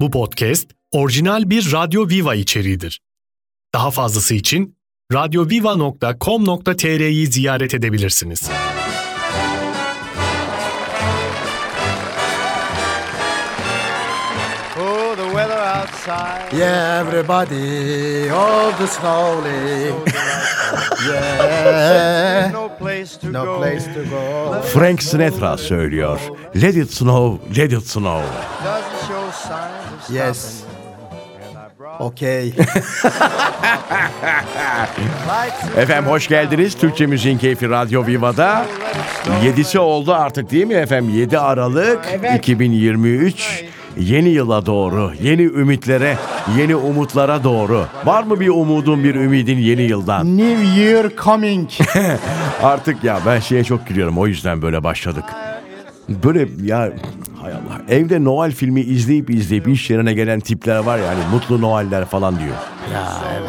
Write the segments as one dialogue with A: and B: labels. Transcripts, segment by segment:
A: Bu podcast orijinal bir Radyo Viva içeriğidir. Daha fazlası için radyoviva.com.tr'yi ziyaret edebilirsiniz.
B: Oh, the weather outside.
C: Yeah, everybody, all the slowly. Yeah,
B: No place to
C: no
B: go.
C: place to go.
D: Frank Sinatra söylüyor. Let it snow, let it snow.
B: Doesn't show signs of
C: Yes.
B: stopping. And I brought
C: Okay.
B: lights and
D: Efendim hoş geldiniz. Türkçe Müziğin Keyfi Radyo Viva'da.
B: let it snow.
D: Yedisi oldu artık değil mi efendim? 7 Aralık 2023. Yeni yıla doğru, yeni ümitlere, yeni umutlara doğru. Var mı bir umudun, bir ümidin yeni yıldan?
C: New Year coming.
D: Artık ya ben şeye çok gülüyorum. O yüzden böyle başladık. Böyle ya hay Allah. Evde Noel filmi izleyip izleyip iş yerine gelen tipler var ya hani mutlu Noeller falan diyor.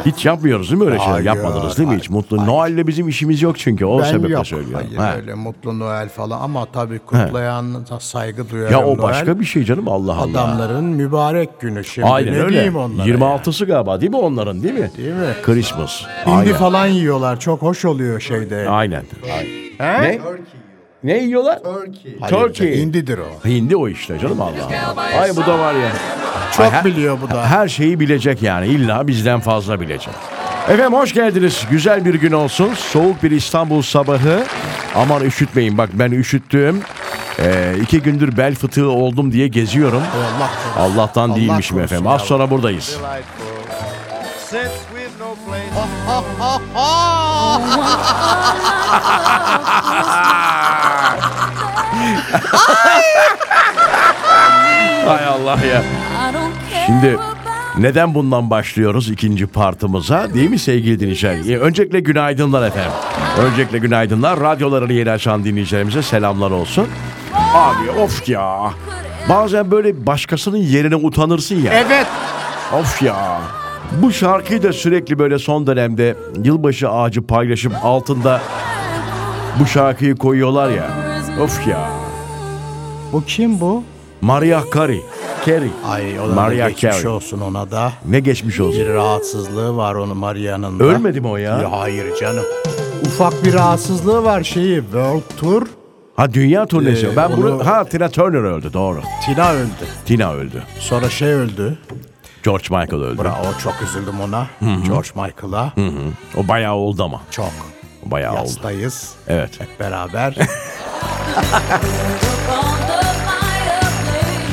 D: Hiç yapmıyoruz değil mi öyle şeyler?
C: Hayır,
D: Yapmadınız değil mi hiç? Mutlu Noel'le bizim işimiz yok çünkü. O
C: ben
D: sebeple
C: yok.
D: söylüyorum.
C: Hayır,
D: Ha.
C: öyle mutlu Noel falan ama tabii kutlayan da saygı duyarım.
D: Ya o
C: Noel.
D: başka bir şey canım Allah Allah.
C: Adamların mübarek günü şimdi.
D: Aynen
C: ne
D: öyle.
C: diyeyim onlara?
D: 26'sı galiba değil mi onların değil mi?
C: Değil mi?
D: Christmas.
C: Hindi
D: Aynen.
C: falan yiyorlar. Çok hoş oluyor şeyde.
D: Aynen. Ne? Ne yiyorlar?
C: Hayır,
D: Turkey.
C: Hindidir o.
D: Hindi o işte canım Allah Allah. Ay bu da var ya.
C: Çok
D: Ay, her-
C: biliyor bu da.
D: Her şeyi bilecek yani. İlla bizden fazla bilecek. Efendim hoş geldiniz. Güzel bir gün olsun. Soğuk bir İstanbul sabahı. Aman üşütmeyin. Bak ben üşüttüm. Ee, iki gündür bel fıtığı oldum diye geziyorum.
C: Allah korusun.
D: Allah'tan
C: Allah
D: değilmiş mi
C: korusun
D: efendim?
C: ya.
D: Az sonra buradayız.
B: Delightful. Since we've no place.
D: Hay Allah ya. Şimdi neden bundan başlıyoruz ikinci partımıza değil mi sevgili dinleyiciler? Ee, Öncelikle günaydınlar efendim. Öncelikle günaydınlar. Radyolarını yeni açan dinleyicilerimize selamlar olsun. Abi of ya. Bazen böyle başkasının yerine utanırsın ya.
C: Evet.
D: Of ya. Bu şarkıyı da sürekli böyle son dönemde yılbaşı ağacı paylaşıp altında bu şarkıyı koyuyorlar ya. Of ya.
C: Bu kim bu?
D: Maria Carey. Carey.
C: Ay ona da
D: Mariah
C: geçmiş
D: Carey.
C: olsun ona da.
D: Ne geçmiş olsun.
C: Bir rahatsızlığı var onu Maria'nın da.
D: Ölmedi mi o ya?
C: Ya hayır canım. Ufak bir rahatsızlığı var şeyi World Tour.
D: Ha dünya turnesi.
C: Ee,
D: ben bunu
C: onu-
D: ha Tina Turner öldü doğru.
C: Tina öldü.
D: Tina öldü.
C: Sonra şey öldü.
D: George Michael öldü.
C: Bravo çok üzüldüm ona. George Michael'a.
D: O bayağı oldu ama.
C: Çok.
D: O bayağı oldu.
C: Yastayız.
D: Evet.
C: Hep beraber.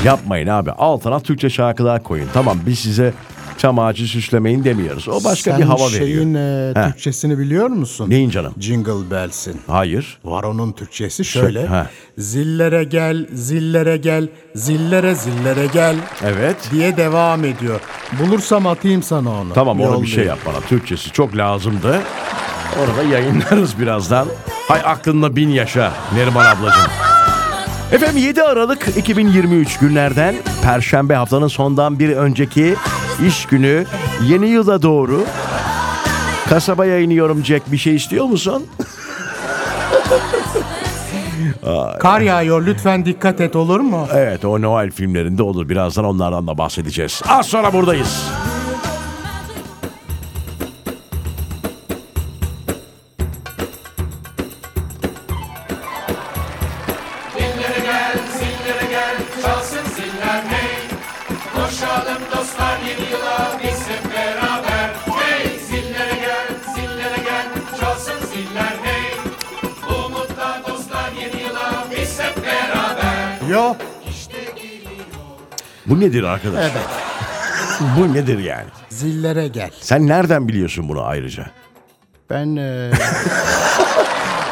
D: Yapmayın abi. Altına Türkçe şarkılar koyun. Tamam biz size çam ağacı süslemeyin demiyoruz. O başka
C: Sen
D: bir hava veriyor.
C: şeyin e,
D: He.
C: Türkçesini biliyor musun?
D: Neyin canım?
C: Jingle Bells'in.
D: Hayır.
C: Var onun Türkçesi şöyle.
D: he.
C: Zillere gel, zillere gel, zillere zillere gel
D: Evet.
C: diye devam ediyor. Bulursam atayım sana onu.
D: Tamam onu bir şey
C: Yollayayım.
D: yap bana. Türkçesi çok lazımdı. Orada yayınlarız birazdan. Hay aklında bin yaşa Neriman ablacığım. Efendim 7 Aralık 2023 günlerden Perşembe haftanın sondan bir önceki iş günü yeni yıla doğru kasabaya iniyorum Jack bir şey istiyor musun?
C: Kar yağıyor lütfen dikkat et olur mu?
D: Evet o Noel filmlerinde olur birazdan onlardan da bahsedeceğiz. Az sonra buradayız.
C: Yok.
D: Bu nedir arkadaş? Evet. Bu nedir yani?
C: Zillere gel.
D: Sen nereden biliyorsun bunu ayrıca?
C: Ben e,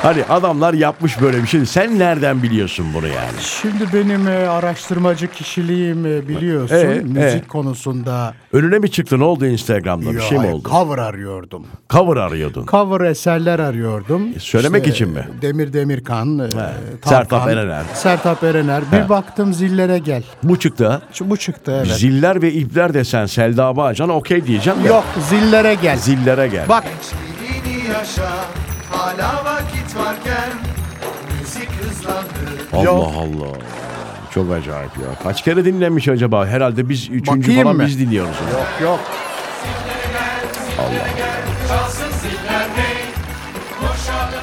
D: Hani adamlar yapmış böyle bir şey. Sen nereden biliyorsun bunu yani?
C: şimdi benim e, araştırmacı kişiliğim e, biliyorsun
D: Ee,
C: müzik
D: ee.
C: konusunda
D: Önüne mi çıktı? Ne oldu Instagram'da? Bir
C: Yo,
D: şey mi
C: hayır,
D: oldu?
C: cover arıyordum.
D: Cover arıyordun.
C: Cover eserler arıyordum.
D: E, söylemek için mi?
C: Demir Demirkan, e, Tarkan,
D: Sertab Erener.
C: Sertab Erener. Bir baktım zillere gel.
D: Bu çıktı. ha.
C: Şu, bu çıktı evet.
D: Ziller ve ipler desen Selda Bağcan okey diyeceğim. de
C: Yok zillere gel.
D: Zillere gel.
C: Bak
B: Yeni yaşa. Hala vakit varken. Müzik hızlandı.
D: Allah
C: yok.
D: Allah. Çok Çok acayip ya. Kaç kere dinlenmiş acaba? Herhalde biz üçüncü
C: Bakayım
D: falan
C: mı?
D: biz dinliyoruz.
C: Yok yok.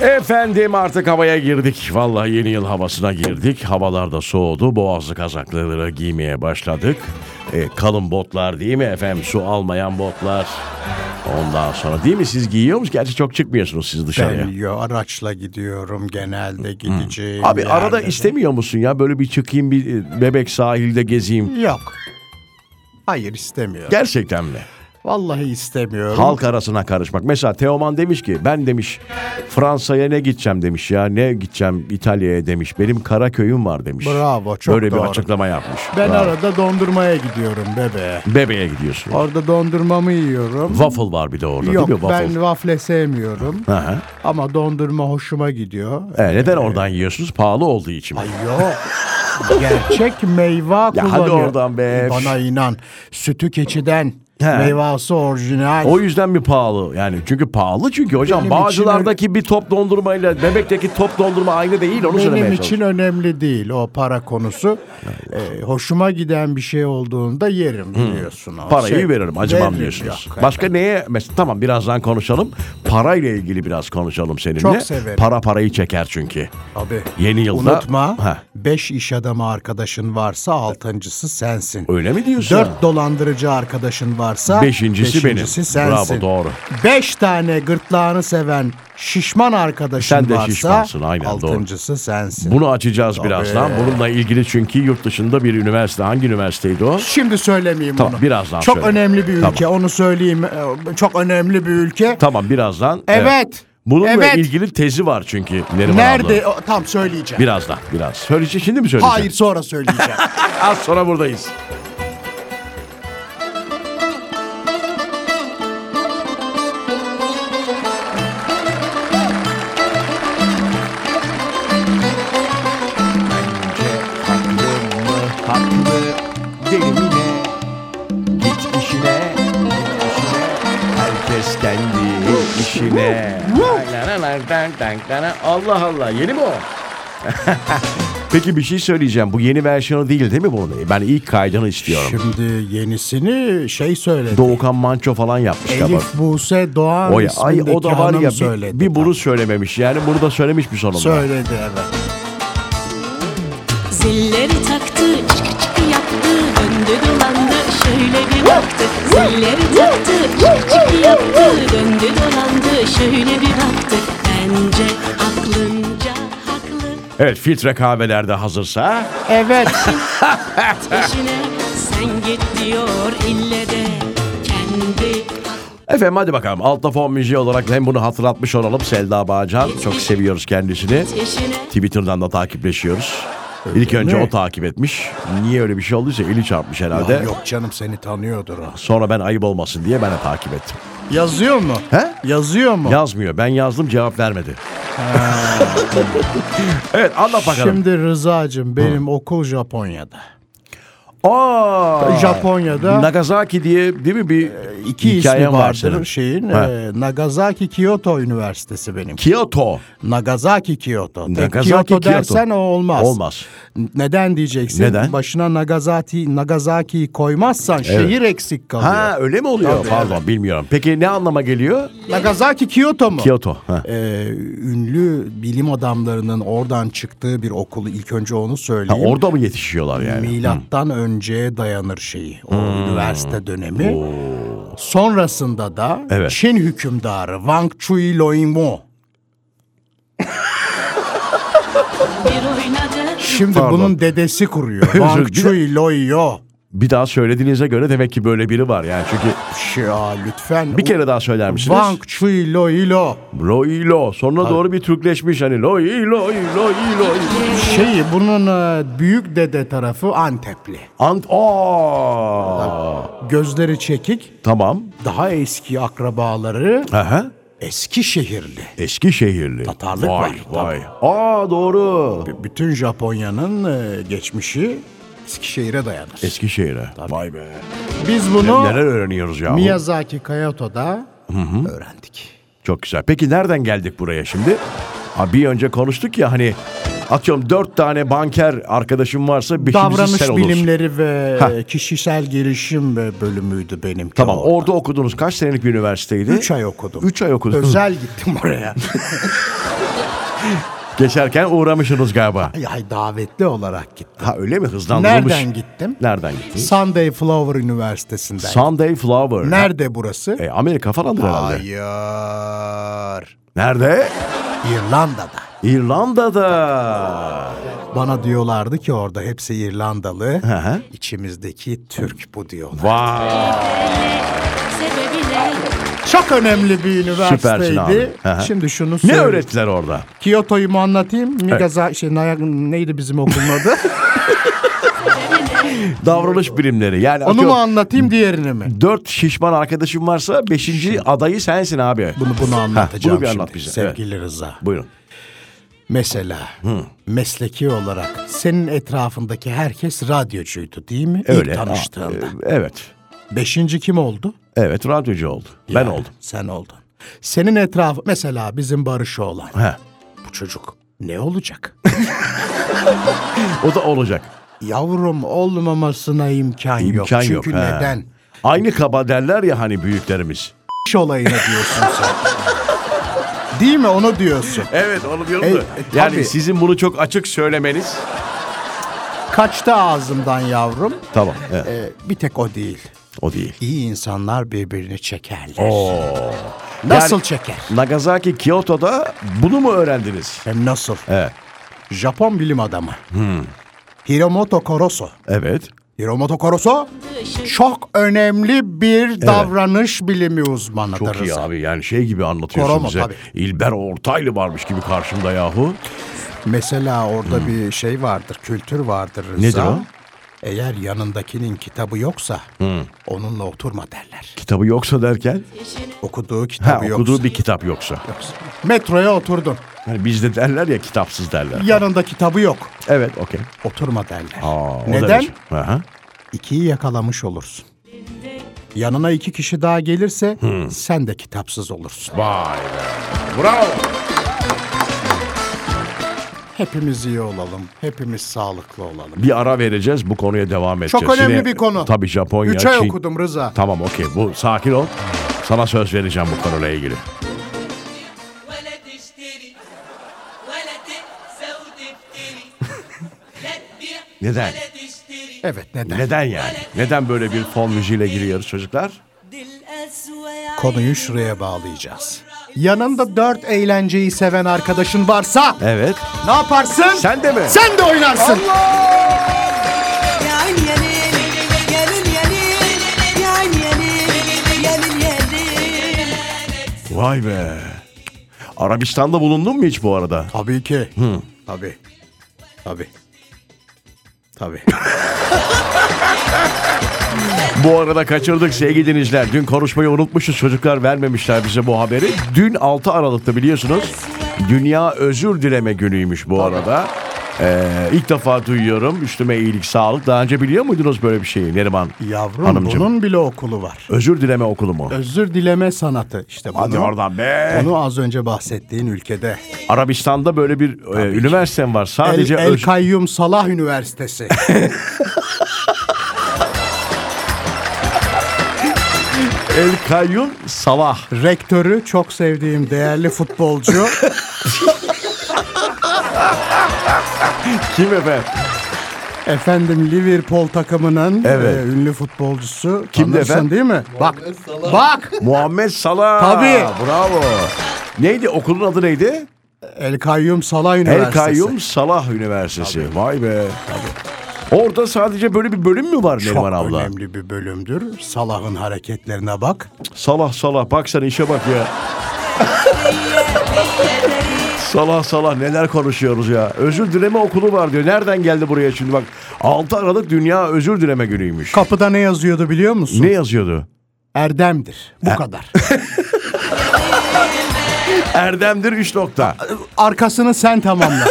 D: Efendim artık havaya girdik. Vallahi yeni yıl havasına girdik. Havalar da soğudu. Boğazlı kazakları giymeye başladık. E, kalın botlar değil mi efendim? Su almayan botlar. Ondan sonra değil mi siz giyiyor musunuz? Gerçi çok çıkmıyorsunuz siz dışarıya.
C: Ben yo, araçla gidiyorum genelde gideceğim.
D: Abi arada
C: yerlere.
D: istemiyor musun ya böyle bir çıkayım bir e, bebek sahilde gezeyim.
C: Yok. Hayır istemiyorum.
D: Gerçekten mi?
C: Vallahi istemiyorum.
D: Halk arasına karışmak. Mesela Teoman demiş ki ben demiş Fransa'ya ne gideceğim demiş ya ne gideceğim İtalya'ya demiş. Benim Karaköy'üm var demiş.
C: Bravo, çok
D: Böyle bir
C: doğru.
D: açıklama yapmış.
C: Ben
D: Bravo.
C: arada dondurmaya gidiyorum bebeğe.
D: Bebeğe gidiyorsun.
C: Orada dondurmamı yiyorum.
D: Waffle var bir de orada
C: Yok
D: değil mi? Waffle.
C: ben waffle sevmiyorum.
D: Aha.
C: Ama dondurma hoşuma gidiyor.
D: E, neden oradan yiyorsunuz? Pahalı olduğu için. mi?
C: Yok. Gerçek meyve kullanıyor.
D: hadi oradan be.
C: Bana inan. Sütü keçiden.
D: He.
C: Meyvası orijinal.
D: O yüzden mi pahalı? Yani çünkü pahalı çünkü hocam
C: Benim için
D: Bağcılar'daki bir top dondurmayla Bebek'teki top dondurma aynı değil onu
C: Benim
D: söylemeye
C: için
D: çalışıyorum.
C: önemli değil o para konusu. Ee, hoşuma giden bir şey olduğunda yerim biliyorsun. o
D: Hmm. Parayı
C: şey.
D: veririm acımam
C: Veririm,
D: diyorsunuz.
C: yok.
D: Başka neye? Mesela, tamam birazdan konuşalım. Parayla ilgili biraz konuşalım seninle.
C: Çok severim.
D: Para parayı çeker çünkü.
C: Abi,
D: Yeni yılda-
C: Unutma
D: Ha.
C: 5 iş adamı arkadaşın varsa altıncısı sensin.
D: Öyle mi diyorsun?
C: 4 dolandırıcı arkadaşın varsa
D: Beşincisi benim.
C: sensin.
D: Bravo, doğru.
C: 5 tane gırtlağını seven şişman arkadaşın
D: Sen de
C: varsa
D: şişmansın, aynen, doğru.
C: altıncısı sensin.
D: Bunu açacağız birazdan. Bununla ilgili çünkü yurt dışında bir üniversite. Hangi üniversiteydi o?
C: Şimdi söylemeyeyim
D: Tamam,
C: onu.
D: birazdan
C: Çok
D: söyle.
C: önemli bir
D: Tamam.
C: ülke onu söyleyeyim. Ee, Çok önemli bir ülke.
D: Tamam birazdan.
C: Evet.
D: Bununla
C: Evet.
D: ilgili tezi var çünkü Neriman abla.
C: Nerede? O, Tam söyleyeceğim.
D: Birazdan biraz. Söyleyecek şimdi mi söyleyeceğim?
C: Hayır sonra söyleyeceğim.
D: Az sonra buradayız.
E: Deli mi ne? Git işine, git işine. Herkes kendi işine.
D: Allah Allah yeni mi o? Peki bir şey söyleyeceğim. Bu yeni versiyonu değil değil mi bunun? Ben ilk kaydını istiyorum.
C: Şimdi yenisini şey söyledi.
D: Doğukan Manço falan yapmış galiba.
C: Elif Buse Doğan
D: O ya, ay,
C: ismindeki
D: o da var
C: hanım
D: ya
C: söyledi.
D: bir, bir bunu söylememiş. Yani bunu da söylemiş bir sonunda.
C: Söyledi evet.
F: Zilleri taktı, çıkı çıkı yaptı, döndü dolandı, şöyle bir baktı. Zilleri taktı, çıkı çıkı yaptı, döndü dolandı, şöyle bir baktı. Bence aklınca haklı,
D: Evet filtre kahvelerde hazırsa.
C: Evet.
F: peşine sen git diyor ille de kendi
D: Efendim hadi bakalım. Altta fon müziği olarak hem bunu hatırlatmış olalım. Selda Bağcan. Çok seviyoruz kendisini.
F: peşine.
D: Twitter'dan da takipleşiyoruz. İlk önce o takip etmiş. Niye öyle bir şey olduysa eli çarpmış herhalde.
C: Aa, Yok canım seni tanıyordur o.
D: Sonra ben ayıp olmasın diye ben de takip ettim.
C: Yazıyor mu?
D: He?
C: Yazıyor mu?
D: Yazmıyor. Ben yazdım cevap vermedi. evet anlat bakalım.
C: Şimdi Rıza'cığım benim okul Japonya'da.
D: Aa,
C: Japonya'da Ee,
D: Nagasaki diye değil mi bir
C: iki
D: hikayen
C: ismi
D: var
C: vardır
D: senin.
C: şeyin.
D: Ha.
C: e, Nagasaki Kyoto Üniversitesi benim.
D: Kyoto.
C: Nagasaki E, Kyoto. Tek
D: Nagasaki
C: Kyoto,
D: Kyoto.
C: dersen o olmaz.
D: Olmaz.
C: N- Neden diyeceksin?
D: Neden?
C: Başına Nagasaki Nagasaki koymazsan şehir eksik kalıyor.
D: Ha öyle mi oluyor?
C: Tabii,
D: Pardon bilmiyorum. Peki ne anlama geliyor?
C: Nagasaki Kyoto mu?
D: Kyoto. Ha.
C: Ee, ünlü bilim adamlarının oradan çıktığı bir okulu ilk önce onu
D: Ha,
C: söyleyeyim.
D: orada mı yetişiyorlar yani? Hmm.
C: Milattan önceye dayanır şeyi. O üniversite dönemi. Sonrasında da
D: Evet.
C: Çin hükümdarı Wang Chui Loimo.
F: Bir oynadı,
C: Şimdi
D: Pardon.
C: bunun dedesi kuruyor. Wang
D: Bir de-
C: Chui Loyo.
D: Bir daha söylediğinize göre demek ki böyle biri var yani. Çünkü
C: Ya lütfen.
D: bir kere daha söyler misiniz?
C: Wang Chui Loilo.
D: Loilo. Sonuna doğru bir Türkleşmiş hani. Loilo, loilo.
C: Şeyi bunun e, büyük dede tarafı Antepli.
D: Ant Aa!
C: Gözleri çekik.
D: Tamam.
C: Daha eski akrabaları
D: Aha.
C: Eskişehirli.
D: Eskişehirli.
C: Tatarlık
D: vay,
C: var,
D: Vay Aa doğru.
C: B- Bütün Japonya'nın e, geçmişi Eskişehir'e dayanır.
D: Eskişehir'e. Vay be.
C: Biz bunu
D: Neler öğreniyoruz ya?
C: Miyazaki Kayato'da öğrendik.
D: Çok güzel. Peki nereden geldik buraya şimdi? Ha, bir önce konuştuk ya hani Atıyorum dört tane banker arkadaşım varsa beşincisi
C: Davranış
D: sen olursun.
C: bilimleri ve
D: Heh.
C: kişisel gelişim ve bölümüydü benimki.
D: Tamam
C: orada.
D: orada okudunuz kaç senelik bir üniversiteydi?
C: Üç ay okudum.
D: Üç ay okudun.
C: Özel gittim oraya.
D: Geçerken uğramışsınız galiba.
C: Ay davetli olarak gittim.
D: Ha öyle mi hızlandırılmış?
C: Nereden gittim?
D: Nereden gittiniz?
C: Sunday Flower Üniversitesi'nden.
D: Sunday Flower.
C: Nerede burası?
D: E, Amerika falandır herhalde.
C: Hayır.
D: Nerede?
C: İrlanda'da.
D: İrlanda'da.
C: Bana diyorlardı ki orada hepsi İrlandalı.
D: hı.
C: İçimizdeki Türk bu diyorlar.
D: Vay.
F: Sebebi ne?
C: Çok önemli bir
D: Süpersin abi.
C: üniversiteydi.
D: Hı hı.
C: Şimdi şunu
D: Ne
C: söyle.
D: öğrettiler orada?
C: Kyoto'yu mu anlatayım? Migaza şey Naya- neydi bizim okulun adı?
D: Davranış bilimleri. Yani
C: Onu mu
D: atıyorum,
C: anlatayım diğerini mi?
D: dört şişman arkadaşım varsa beşinci adayı sensin abi.
C: Bunu bunu anlatacağım
D: bunu bir
C: şimdi.
D: anlat bize,
C: Sevgili Rıza.
D: Buyurun.
C: Mesela mesleki olarak senin etrafındaki herkes radyocuydu değil mi?
D: Öyle.
C: İlk
D: Aa,
C: tanıştığında.
D: e, Evet.
C: Beşinci kim oldu?
D: Evet radyocu oldu. Ben
C: Yani
D: oldum.
C: Sen oldun. Senin etrafı mesela bizim Barış olan
D: He.
C: bu çocuk ne olacak?
D: O da olacak.
C: Yavrum olmamasına imkan, yok.
D: İmkan
C: Çünkü
D: yok. he.
C: neden?
D: Aynı kaba derler ya hani büyüklerimiz.
C: İş olayına diyorsun sen. değil mi onu diyorsun.
D: Evet onu diyorum
C: E,
D: da.
C: e,
D: yani
C: tabii.
D: sizin bunu çok açık söylemeniz.
C: Kaçtı ağzımdan yavrum.
D: Tamam. evet,
C: Ee, bir tek o değil.
D: E, O değil.
C: İyi insanlar birbirini çekerler. Nasıl
D: Yani-
C: çeker?
D: Nagasaki Kyoto'da bunu mu öğrendiniz?
C: Hem nasıl?
D: Evet.
C: Japon bilim adamı.
D: Hmm.
C: Hiromoto Koroso.
D: Evet.
C: Hiromoto Koroso çok önemli bir davranış bilimi uzmanıdır.
D: Çok iyi
C: Rıza.
D: abi yani şey gibi anlatıyorsun
C: Korona,
D: bize.
C: tabii.
D: İlber Ortaylı varmış gibi karşımda yahu.
C: Mesela orada bir şey vardır, kültür vardır Rıza.
D: Nedir o?
C: Eğer yanındakinin kitabı yoksa onunla oturma derler.
D: Kitabı yoksa derken
C: Okuduğu kitabı
D: ha,
C: yoksa.
D: okuduğu bir kitap yoksa.
C: Metroya oturdun.
D: Hani bizde derler ya kitapsız derler.
C: Yanında kitabı yok.
D: Evet okey.
C: Oturma derler.
D: Aa, o şey.
C: Neden?
D: derece. Aha.
C: İkiyi yakalamış olursun. Yanına iki kişi daha gelirse sen de kitapsız olursun.
D: Vay be. Bravo.
C: Hepimiz iyi olalım. Hepimiz sağlıklı olalım.
D: Bir ara vereceğiz bu konuya devam
C: Çok
D: edeceğiz.
C: önemli
D: Yine-
C: bir konu.
D: Tabii Japonya.
C: Üç ay
D: Çin-
C: okudum Rıza.
D: Tamam okey bu sakin ol. Sana söz vereceğim bu konuyla ilgili.
G: ولا تشتري ولا تقسى وتفتري لا تبيع
D: Neden?
G: ولا تشتري
C: Evet neden?
D: Neden yani? Neden böyle bir fon müziğiyle giriyoruz çocuklar?
G: دي الأسوأ
C: Konuyu şuraya bağlayacağız. Yanında dört eğlenceyi seven arkadaşın varsa
D: Evet.
C: ne yaparsın?
D: Sen de mi?
C: Sen de
H: يا
C: oynarsın.
H: عين يا ليل يا ليل يا ليل يا عين يا ليل يا ليل يا ليل
D: Vay be. Arabistan'da bulundun mu hiç bu arada?
C: Tabii ki. Tabii. Tabii. Tabii.
D: Bu arada kaçırdık sevgili dinleyiciler. Dün konuşmayı unutmuşuz. Çocuklar vermemişler bize bu haberi. Dün 6 Aralık'ta biliyorsunuz. Dünya Özür Dileme Günü'ymüş bu arada. Ee, ilk defa duyuyorum. Üstüme iyilik, sağlık. Daha önce biliyor muydunuz böyle bir şeyi Neriman?
C: Yavrum
D: Hanımcığım.
C: bunun bile okulu var.
D: Özür dileme okulu mu?
C: Özür dileme sanatı işte bunu.
D: Hadi oradan be.
C: Onu az önce bahsettiğin ülkede.
D: Arabistan'da böyle bir e, üniversitem var.
C: El,
D: Sadece
C: El
D: öz-
C: Kayyum Salah Üniversitesi.
D: El Kayyum Salah.
C: Rektörü çok sevdiğim değerli futbolcu
D: Kim efendim?
C: Efendim Liverpool takımının
D: Evet.
C: e, ünlü futbolcusu.
D: Kimdi
C: Tanırsın
D: efendim?
C: değil mi? Bak. Bak.
D: Muhammed Salah.
C: Tabii.
D: Bravo. Neydi okulun adı neydi?
C: El Kayyum Salah
D: El
C: Üniversitesi.
D: Kayyum Salah Üniversitesi. Vay be. Orada sadece böyle bir bölüm mü var
C: Çok
D: Neriman abla?
C: önemli bir bölümdür. Salah'ın hareketlerine bak.
D: Salah Salah bak sen işe bak ya. Salah Salah neler konuşuyoruz ya. Özür dileme okulu var diyor. Nereden geldi buraya şimdi bak. 6 Aralık Dünya Özür Dileme Günü'ymüş.
C: Kapıda ne yazıyordu biliyor musun?
D: ne yazıyordu?
C: Erdem'dir. Bu kadar.
D: Erdemdir 3 nokta.
C: Arkasını sen tamamla.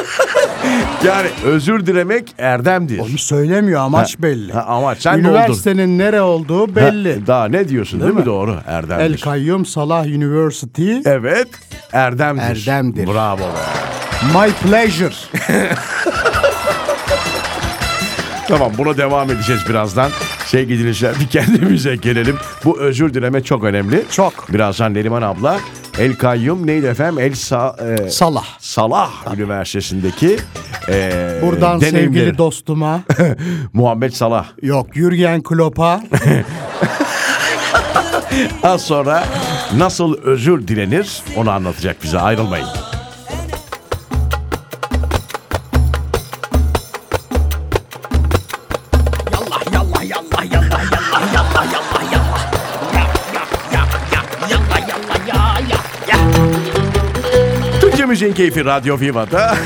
D: Yani özür dilemek erdemdir.
C: Onu söylemiyor amaç
D: Ha,
C: belli.
D: ha, amaç. Sen doldurdun.
C: Üniversitenin nere olduğu
D: Ha,
C: belli.
D: Daha ne diyorsun değil, mi? Doğru erdemdir. E,
C: El Kayyum Salah University
D: Evet. Erdemdir.
C: Erdemdir.
D: Bravo be.
C: My pleasure.
D: Tamam buna devam edeceğiz birazdan. Sevgili dinleyiciler bir kendimize gelelim. Bu özür dileme çok önemli.
C: Çok.
D: Birazdan Neriman abla El Kayyum neydi efendim? El Sa- e,
C: Salah.
D: Salah Üniversitesi'ndeki e,
C: Buradan sevgili
D: deneyimleri.
C: dostuma,
D: Muhammed Salah.
C: yok Jürgen Klopp'a
D: Az sonra nasıl özür dilenir onu anlatacak bize ayrılmayın. Türkçe Müziğin Keyfi Radyo Viva'da.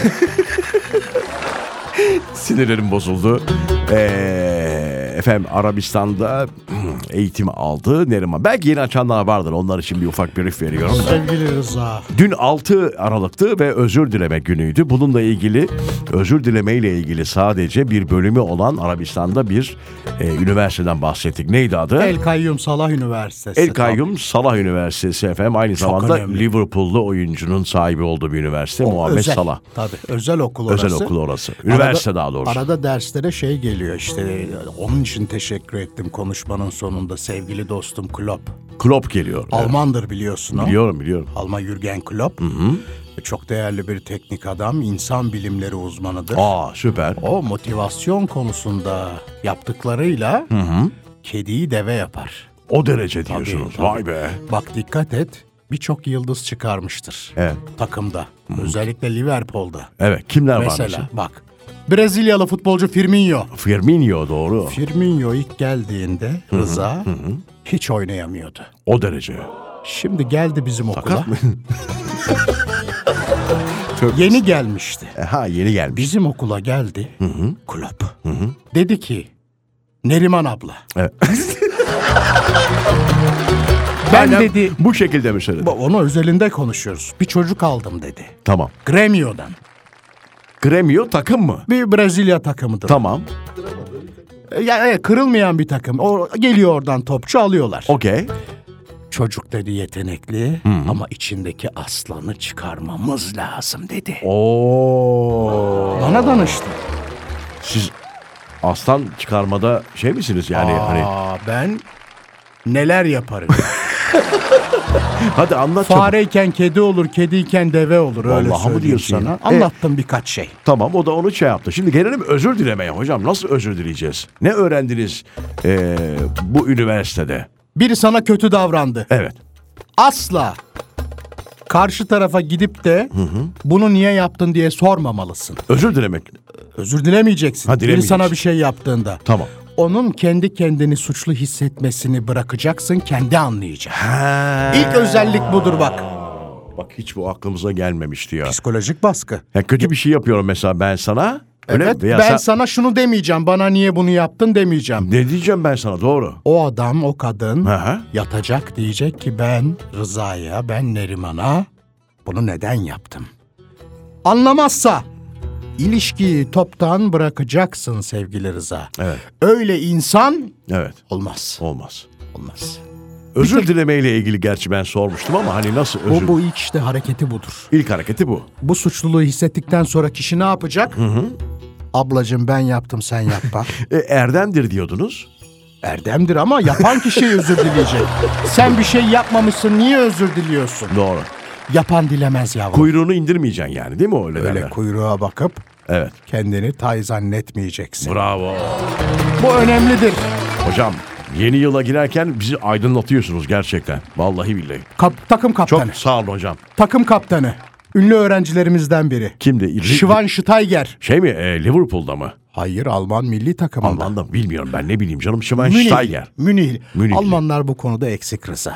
D: Sinirlerim bozuldu. Ee, efendim Arabistan'da eğitim aldı Neriman. Belki yeni açanlar vardır. Onlar için bir ufak brief veriyorum. da.
C: sevgili Rıza.
D: Dün 6 Aralık'tı ve özür dileme günüydü. Bununla ilgili özür dileme ile ilgili sadece bir bölümü olan Arabistan'da bir e, üniversiteden bahsettik. Neydi adı?
C: El Kayyum Salah Üniversitesi.
D: El Kayyum Salah Üniversitesi efendim. Aynı zamanda
C: önemli.
D: Liverpool'lu oyuncunun sahibi olduğu bir üniversite. Muhammed
C: özel,
D: Salah.
C: Tabii özel okul orası.
D: Özel okul orası. Üniversite
C: Arada-
D: daha doğrusu.
C: Arada derslere şey geliyor işte onun için teşekkür ettim konuşmanın sonunda sevgili dostum Klopp.
D: Klopp geliyor.
C: Almandır biliyorsun o.
D: Biliyorum biliyorum.
C: Alman Jürgen Klopp. Çok değerli bir teknik adam, insan bilimleri uzmanıdır.
D: Aa süper.
C: O motivasyon konusunda yaptıklarıyla kediyi deve yapar.
D: O derece diyorsunuz.
C: tabii.
D: Vay be.
C: Bak dikkat et birçok yıldız çıkarmıştır
D: Evet.
C: takımda. Özellikle Liverpool'da.
D: Evet kimler var
C: Mesela bak Brezilyalı futbolcu Firmino.
D: Firmino doğru.
C: Firmino ilk geldiğinde Rıza hiç oynayamıyordu.
D: O derece.
C: Şimdi geldi bizim okula. Yeni gelmişti.
D: E, Ha yeni gelmiş.
C: Bizim okula geldi. Klopp. Dedi ki Neriman abla.
D: Evet.
C: ben
D: Aynen
C: dedi
D: Bu şekilde mi söyledi?
C: onu özelinde konuşuyoruz. Bir çocuk aldım dedi.
D: Tamam.
C: Gremio'dan.
D: Gremio takım mı?
C: Bir Brezilya takımıdır.
D: Tamam.
C: E, Yani evet, kırılmayan bir takım. O geliyor oradan topçu alıyorlar.
D: Okey.
C: Çocuk dedi yetenekli ama içindeki aslanı çıkarmamız lazım dedi.
D: Oo.
C: Bana danıştı.
D: Siz aslan çıkarmada şey misiniz yani hani
C: Aa, ben neler yaparım.
D: hadi anlat çabuk.
C: Fareyken kedi olur, kediyken deve olur. öyle
D: Vallahi mi
C: söyleyeyim
D: diyorsun
C: sana.
D: ya?
C: Anlattım birkaç şey.
D: Tamam o da onu şey yaptı. Şimdi gelelim özür dilemeye hocam. Nasıl özür dileyeceğiz? Ne öğrendiniz ee, bu üniversitede?
C: Biri sana kötü davrandı.
D: Evet.
C: Asla karşı tarafa gidip de bunu niye yaptın diye sormamalısın.
D: Özür dilemek.
C: Özür dilemeyeceksin.
D: Ha,
C: Biri
D: dilemeyeceksin.
C: sana bir şey yaptığında.
D: Tamam.
C: Onun kendi kendini suçlu hissetmesini bırakacaksın, kendi anlayacak. İlk özellik budur bak.
D: Bak hiç bu aklımıza gelmemişti ya.
C: Psikolojik baskı.
D: Ya kötü bir şey yapıyorum mesela ben sana. Öyle
C: Evet,
D: mi? Ya
C: ben
D: sen-
C: sana şunu demeyeceğim, bana niye bunu yaptın demeyeceğim.
D: Ne diyeceğim ben sana doğru.
C: O adam, o kadın
D: Hı hı.
C: yatacak diyecek ki ben Rıza'ya, ben Neriman'a bunu neden yaptım? Anlamazsa ilişkiyi toptan bırakacaksın sevgili Rıza.
D: Evet.
C: Öyle insan
D: Evet.
C: olmaz.
D: Olmaz.
C: Olmaz.
D: Özür dilemeyle ilgili gerçi ben sormuştum ama hani nasıl
C: Bu,
D: özür?
C: bu işte hareketi budur.
D: İlk hareketi bu.
C: bu suçluluğu hissettikten sonra kişi ne yapacak? Ablacığım ben yaptım sen yapma.
D: E, erdemdir diyordunuz.
C: Erdemdir ama yapan kişi özür dileyecek. Sen bir şey yapmamışsın niye özür diliyorsun?
D: Doğru.
C: Yapan dilemez yavrum.
D: Kuyruğunu indirmeyeceksin yani değil mi öyle,
C: Öyle
D: derler?
C: kuyruğa bakıp
D: Evet.
C: kendini tay zannetmeyeceksin.
D: Bravo.
C: Bu önemlidir.
D: Hocam yeni yıla girerken bizi aydınlatıyorsunuz gerçekten. Vallahi billahi.
C: Kap- takım
D: Çok
C: kaptanı.
D: sağ olun hocam.
C: Takım kaptanı. Ünlü öğrencilerimizden biri.
D: Kimdi? Li-
C: Şivan Ştayger.
D: Şey mi? E, Liverpool'da mı?
C: Hayır Alman milli takımında.
D: Alman'da bilmiyorum ben ne bileyim canım. Şivan
C: Münih,
D: Steiger.
C: Münih.
D: Münihli.
C: Almanlar bu konuda eksik Rıza.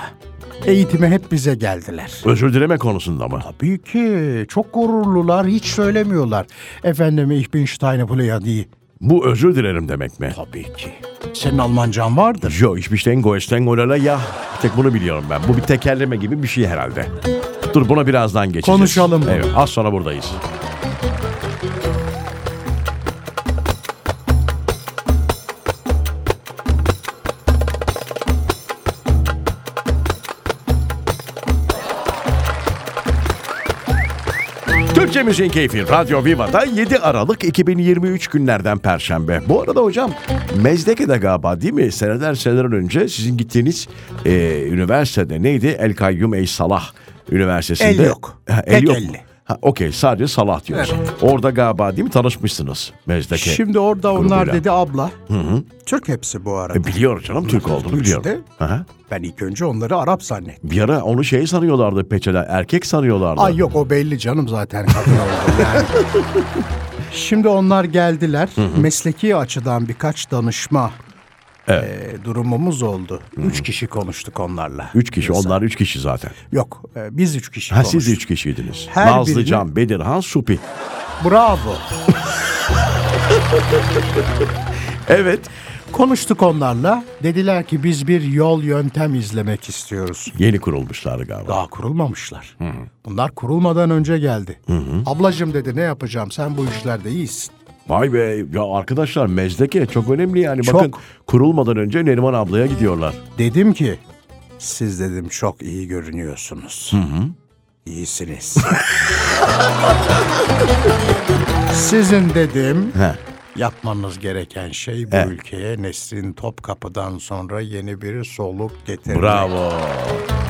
C: Eğitime hep bize geldiler.
D: Özür dileme konusunda mı?
C: Tabii ki. Çok gururlular. Hiç söylemiyorlar. Efendim ich bin Steinepulea diye.
D: Bu özür dilerim demek mi?
C: Tabii ki. Senin Almancan vardır.
D: Jo, ich bin Goesten Golala ya. Bir tek bunu biliyorum ben. Bu bir tekerleme gibi bir şey herhalde. Dur buna birazdan geçeceğiz.
C: Konuşalım.
D: Evet, az sonra buradayız. Türkçe Müziğin Keyfi Radyo Viva'da 7 Aralık 2023 günlerden Perşembe. Bu arada hocam Mezdeke'de galiba değil mi? Seneler seneler önce sizin gittiğiniz e, üniversitede neydi? El Kayyum Ey Salah Üniversitesi'nde.
C: El yok.
D: Ha, el
C: Tek
D: yok.
C: elli.
D: Ha, Okey sadece Salah diyoruz. Orada galiba değil mi tanışmışsınız Mezdeke?
C: Şimdi orada onlar
D: grubuyla.
C: dedi abla. Türk hepsi bu arada.
D: E, biliyor canım Türk olduğunu
C: İşte.
D: biliyorum. Aha.
C: Ben ilk önce onları Arap zannettim.
D: Bir ara onu şey sanıyorlardı peçeler erkek sanıyorlardı.
C: Ay yok o belli canım zaten kadın oldu yani. Şimdi onlar geldiler. Mesleki açıdan birkaç danışma e, durumumuz oldu. Üç kişi konuştuk onlarla.
D: Üç kişi onlar üç kişi zaten.
C: Yok e, biz üç kişi
D: Ha
C: konuştuk.
D: siz üç kişiydiniz.
C: Her
D: Nazlı
C: birini-
D: Can, Bedirhan, Supi.
C: Bravo.
D: Evet.
C: Konuştuk onlarla. Dediler ki biz bir yol yöntem izlemek istiyoruz.
D: Yeni kurulmuşlar galiba.
C: Daha kurulmamışlar. Bunlar kurulmadan önce geldi. Ablacım dedi ne yapacağım sen bu işlerde iyisin.
D: Vay be ya arkadaşlar mezdeke çok önemli yani.
C: Çok.
D: Bakın kurulmadan önce Neriman ablaya gidiyorlar.
C: Dedim ki siz dedim çok iyi görünüyorsunuz. İyisiniz. Sizin dedim
D: He.
C: yapmanız gereken şey bu ülkeye Nesrin Topkapı'dan sonra yeni bir soluk getirmek.
D: Bravo.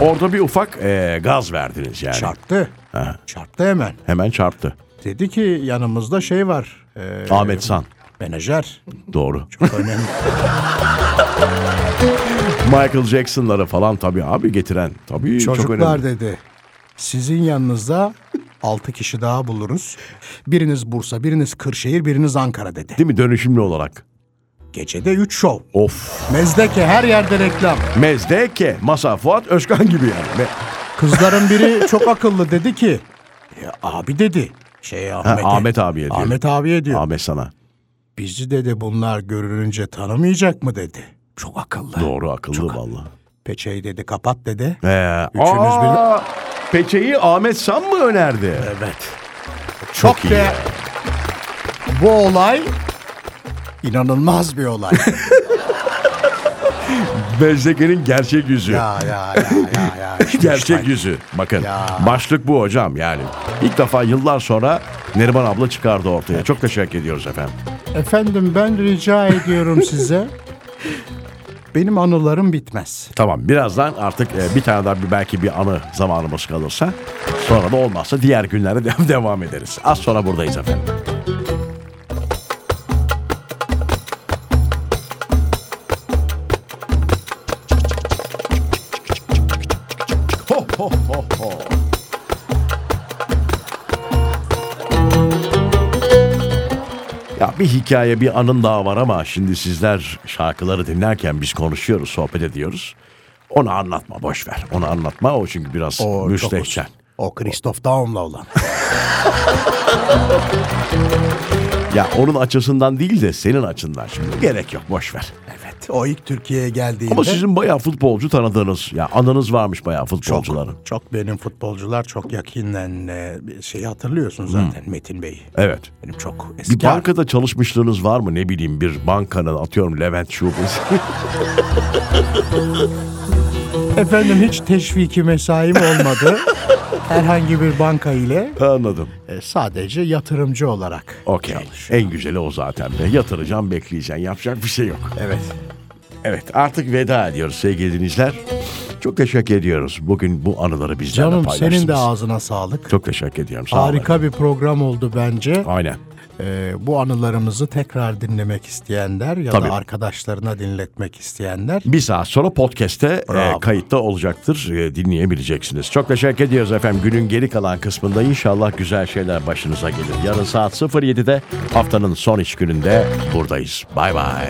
D: Orada bir ufak eee, gaz verdiniz yani.
C: Çarptı. Çarptı hemen.
D: Hemen çarptı.
C: Dedi ki yanımızda şey var. e,
D: Ahmet San.
C: menajer.
D: Doğru.
C: Önemli.
D: Michael Jackson'ları falan tabii abi getiren. Tabii çok önemli.
C: Çocuklar dedi. Sizin yanınızda 6 kişi daha buluruz. Biriniz Bursa, biriniz Kırşehir, biriniz Ankara dedi.
D: Değil mi dönüşümlü olarak?
C: Gecede 3 şov.
D: Of.
C: Mezdeke her yerde reklam.
D: Mezdeke, Masa, Fuat, Özkan gibi yani. Ve-
C: Kızların biri çok akıllı dedi ki. "Ya abi dedi. Şey Ahmet'e.
D: Ahmet abiye diyor.
C: Ahmet abiye diyor.
D: Ahmet sana.
C: Bizi dedi bunlar görününce tanımayacak mı dedi. Çok akıllı.
D: Doğru akıllı vallahi.
C: Peçeyi dedi kapat dedi.
D: Ee,
C: Üçünüz
D: aa, Peçeyi Ahmet Sam mı önerdi?
C: Evet. Çok,
D: iyi
C: de-
D: ya.
C: bu olay inanılmaz bir olay.
D: Bezdeke'nin gerçek yüzü.
C: ya ya ya ya ya. İşte
D: Gerçek
C: işte.
D: yüzü. Bakın
C: Ya.
D: başlık bu hocam yani. İlk defa yıllar sonra Neriman abla çıkardı ortaya. Çok teşekkür ediyoruz efendim.
C: Efendim ben rica ediyorum size. Benim anılarım bitmez.
D: Tamam birazdan artık e, bir tane daha bir, belki bir anı zamanımız kalırsa sonra da olmazsa diğer günlere de- devam ederiz. Az sonra buradayız efendim. Ho, ho, ho, ho. Ya bir hikaye bir anın daha var ama şimdi sizler şarkıları dinlerken biz konuşuyoruz, sohbet ediyoruz. Onu anlatma boş ver. Onu anlatma o çünkü biraz
C: O
D: müstehcen.
C: çok- O Christoph Daum'la olan.
D: Ya onun açısından değil de senin açından şimdi gerek yok boş ver.
C: Evet. O ilk Türkiye'ye geldiğinde
D: Ama sizin bayağı futbolcu tanıdığınız ya anınız varmış bayağı futbolcuların.
C: çok benim futbolcular çok yakinen e, bir şeyi hatırlıyorsun zaten Metin Bey'i.
D: Evet.
C: Benim çok eski.
D: Bir bankada çalışmışlığınız var mı? Ne bileyim bir bankanın atıyorum Levent Şubesi.
C: Efendim hiç teşviki mesaim olmadı. Herhangi bir banka ile
D: Anladım.
C: e, sadece yatırımcı olarak.
D: Okey. En güzeli o zaten be. Yatıracağım bekleyeceğim. Yapacak bir şey yok. Evet. Evet artık veda ediyoruz sevgili dinleyiciler. Çok teşekkür ediyoruz. Bugün bu anıları bizlerle
C: Canım
D: paylaştınız.
C: senin de ağzına sağlık.
D: Çok teşekkür ediyorum. Sağ olun.
C: Harika bir program oldu bence.
D: Aynen.
C: E, bu anılarımızı tekrar dinlemek isteyenler ya
D: Tabii.
C: da arkadaşlarına dinletmek isteyenler
D: Bir saat sonra podcast'te
C: Bravo.
D: e, kayıtta olacaktır. E, dinleyebileceksiniz. Çok teşekkür ediyoruz efendim. Günün geri kalan kısmında inşallah güzel şeyler başınıza gelir. Yarın saat 07'de haftanın son iş gününde buradayız. Bay bay.